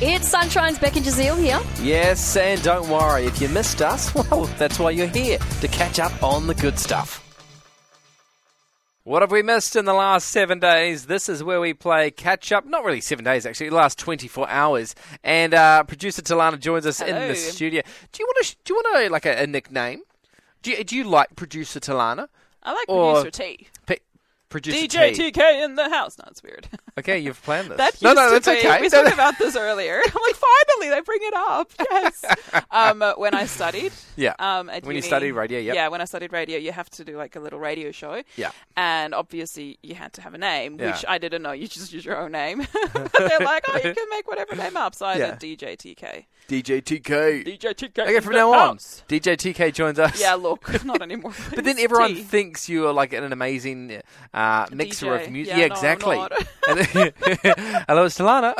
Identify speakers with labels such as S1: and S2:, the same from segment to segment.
S1: It's Sunshine's Becky Jazeel here.
S2: Yes, and don't worry, if you missed us, well, that's why you're here, to catch up on the good stuff. What have we missed in the last seven days? This is where we play catch up. Not really seven days, actually, the last 24 hours. And uh, producer Talana joins us in
S1: Hello.
S2: the studio. Do you want to, do you want to like a, a nickname? Do you, do you like producer Talana?
S3: I like
S2: Or-
S3: producer T.
S2: P- producer
S3: DJ
S2: T.
S3: TK in the house. No, it's weird.
S2: Okay, you've planned this.
S3: That
S2: no,
S3: used
S2: no,
S3: to
S2: that's
S3: be-
S2: okay.
S3: We
S2: No,
S3: talked
S2: no.
S3: about this earlier. I'm like, finally, they bring it up. Yes. um, uh, when I studied.
S2: Yeah.
S3: Um, at
S2: When you
S3: uni-
S2: studied radio, yep.
S3: Yeah, when I studied radio, you have to do like a little radio show.
S2: Yeah.
S3: And obviously, you had to have a name,
S2: Yeah.
S3: which I didn't know. You just use your own name. but they're like, oh, you can make whatever name up. So I
S2: Yeah.
S3: did DJ TK.
S2: DJ TK.
S3: DJ TK.
S2: Okay,
S3: in
S2: from
S3: the
S2: now on,
S3: house.
S2: DJ TK joins us.
S3: Yeah, look, not anymore.
S2: But then
S3: please.
S2: everyone
S3: T.
S2: thinks you are like an amazing uh, mixer
S3: DJ.
S2: of music.
S3: Yeah, no, I'm
S2: exactly.
S3: not.
S2: And then- Hello, it's Talana.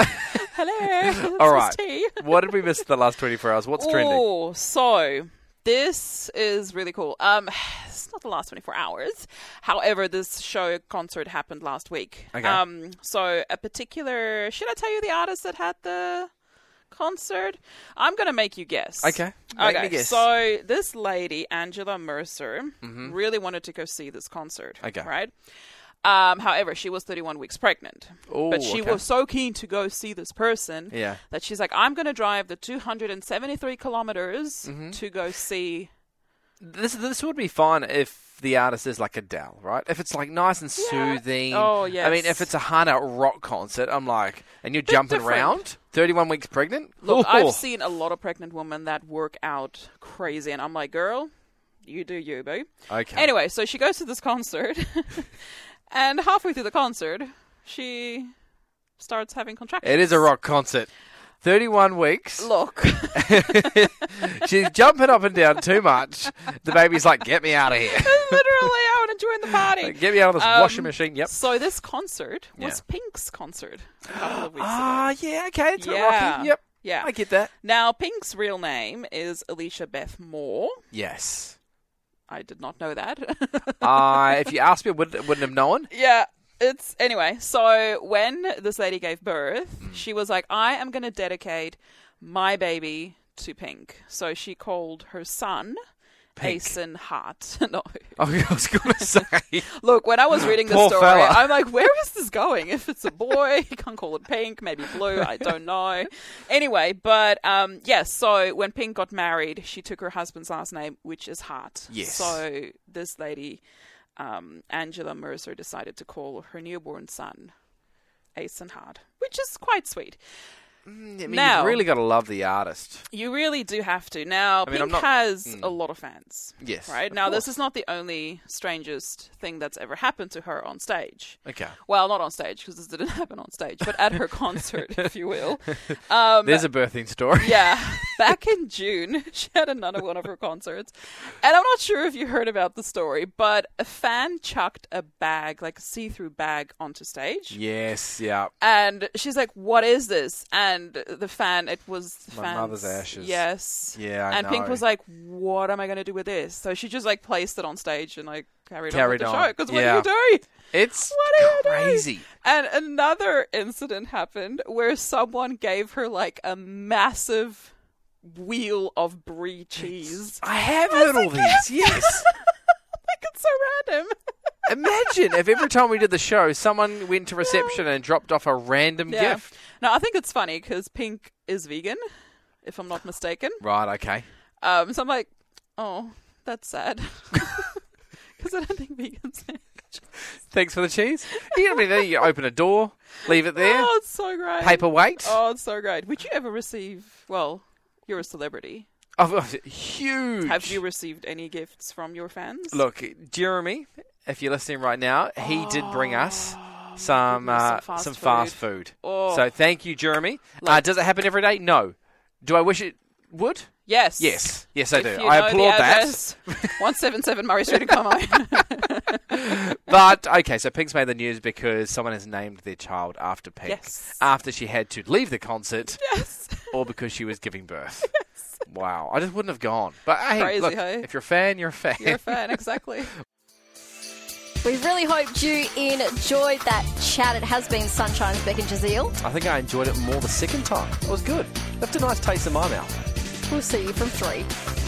S3: Hello.
S2: All
S3: This is
S2: right.
S3: T.
S2: what did we miss the last 24 hours? What's trending?
S3: Oh, so this is really cool. Um, it's not the last 24 hours. However, this show concert happened last week.
S2: Okay.
S3: Um, so a particular, should I tell you the artist that had the concert? I'm going to make you guess.
S2: Okay. Make
S3: okay.
S2: me guess.
S3: So this lady, Angela Mercer, really wanted to go see this concert.
S2: Mm-hmm. Okay.
S3: Right? Um, however, she was 31 weeks pregnant.
S2: Ooh,
S3: but she
S2: okay.
S3: was so keen to go see this person
S2: Yeah.
S3: that she's like, I'm going to drive the 273 kilometers
S2: Mm-hmm.
S3: to go see.
S2: This this would be fine if the artist is like Adele, right? If it's like nice and soothing.
S3: Oh,
S2: I mean,
S3: yes.
S2: if it's a hard out rock concert, I'm like, and you're jumping
S3: different.
S2: around, 31 weeks pregnant.
S3: Look,
S2: Ooh.
S3: I've seen a lot of pregnant women that work out crazy, and I'm like, girl, you do you, boo.
S2: Okay.
S3: Anyway, so she goes to this concert, and halfway through the concert, she starts having contractions.
S2: It is a rock concert. 31 weeks.
S3: Look,
S2: She's jumping up and down too much. The baby's like, get me out of here.
S3: literally, I want to join the party.
S2: Get me out of this
S3: Um,
S2: washing machine. Yep.
S3: So this concert was
S2: Yeah.
S3: Pink's concert a couple of weeks ago.
S2: Ah, yeah, okay. It's a bit
S3: Yeah.
S2: rocky. Yep.
S3: Yeah.
S2: I get that.
S3: Now, Pink's real name is Alicia Beth Moore.
S2: Yes.
S3: I did not know that.
S2: uh, if you asked me, I would, wouldn't have known.
S3: yeah, it's anyway. So when this lady gave birth, she was like, "I am going to dedicate my baby to Pink." So she called her son.
S2: Pink.
S3: Payson Hart. no.
S2: Oh, I was going to say.
S3: Look, when I was reading the
S2: Poor
S3: story,
S2: fella.
S3: I'm like, where is this going? If it's a boy, you can't call it pink, maybe blue, I don't know. Anyway, but um yes, so when Pink got married, she took her husband's last name, which is Hart.
S2: Yes.
S3: So this lady, um, Angela Mercer, decided to call her newborn son Asen Hart, which is quite sweet.
S2: I mean,
S3: Now-
S2: you've really got to love the artist.
S3: You really do have to. Now,
S2: mean, I'm
S3: Pink
S2: not- Mm.
S3: has a lot of fans.
S2: Yes,
S3: Right?
S2: of
S3: Now, this
S2: course.
S3: is not the only strangest thing that's ever happened to her on stage.
S2: Okay.
S3: Well, not on stage, because this didn't happen on stage, but at her concert, if you will. Um,
S2: There's a birthing story.
S3: yeah. Back in June, she had another one of her concerts. And I'm not sure if you heard about the story, but a fan chucked a bag, like a see through bag, onto stage.
S2: Yes, yeah.
S3: And she's like, "What is this?" And the fan, it was the
S2: My
S3: fans.
S2: mother's ashes.
S3: Yes.
S2: Yeah, I
S3: and Pink
S2: know.
S3: was like, "What am I going to do with this?" So she just like placed it on stage and like carried,
S2: Carried
S3: on with
S2: on.
S3: the show. Because
S2: Yeah.
S3: what are you doing?
S2: It's
S3: What are you doing?
S2: crazy.
S3: And another incident happened where someone gave her like a massive wheel of brie cheese.
S2: I have heard all these, yes.
S3: like it's so random.
S2: Imagine if every time we did the show, someone went to reception and dropped off a random
S3: yeah.
S2: gift.
S3: No, I think it's funny because Pink is vegan, if I'm not mistaken.
S2: Right, okay.
S3: Um, so I'm like, oh, that's sad. Because I don't think vegans.
S2: Thanks for the cheese. You, know, what I mean? you open a door, leave it there,
S3: Oh, it's so great.
S2: paperweight.
S3: Oh, it's so great. Would you ever receive? Well, you're a celebrity.
S2: Oh, huge.
S3: Have you received any gifts from your fans?
S2: Look, Jeremy, if you're listening right now, he did bring us some
S3: Oh, goodness, some
S2: uh,
S3: fast
S2: some fast food.
S3: Oh.
S2: So thank you, Jeremy. uh,
S3: Like-
S2: does it happen every day? No. Do I wish it would?
S3: Yes.
S2: Yes, yes, I
S3: If
S2: do.
S3: you know
S2: I
S3: the
S2: applaud that.
S3: address, 177 Murray Street in Como.
S2: But okay, so Pink's made the news because someone has named their child after Pink
S3: Yes.
S2: after she had to leave the concert,
S3: yes.
S2: or because she was giving birth. Wow, I just wouldn't have gone. But hey,
S3: Crazy,
S2: look,
S3: hey?
S2: if you're a fan, you're a fan.
S3: You're a fan, exactly.
S1: We really hoped you enjoyed that chat. It has been Sunshine's Beck and Jazeel.
S2: I think I enjoyed it more the second time. It was good. Left a nice taste in my mouth.
S1: We'll see you from three.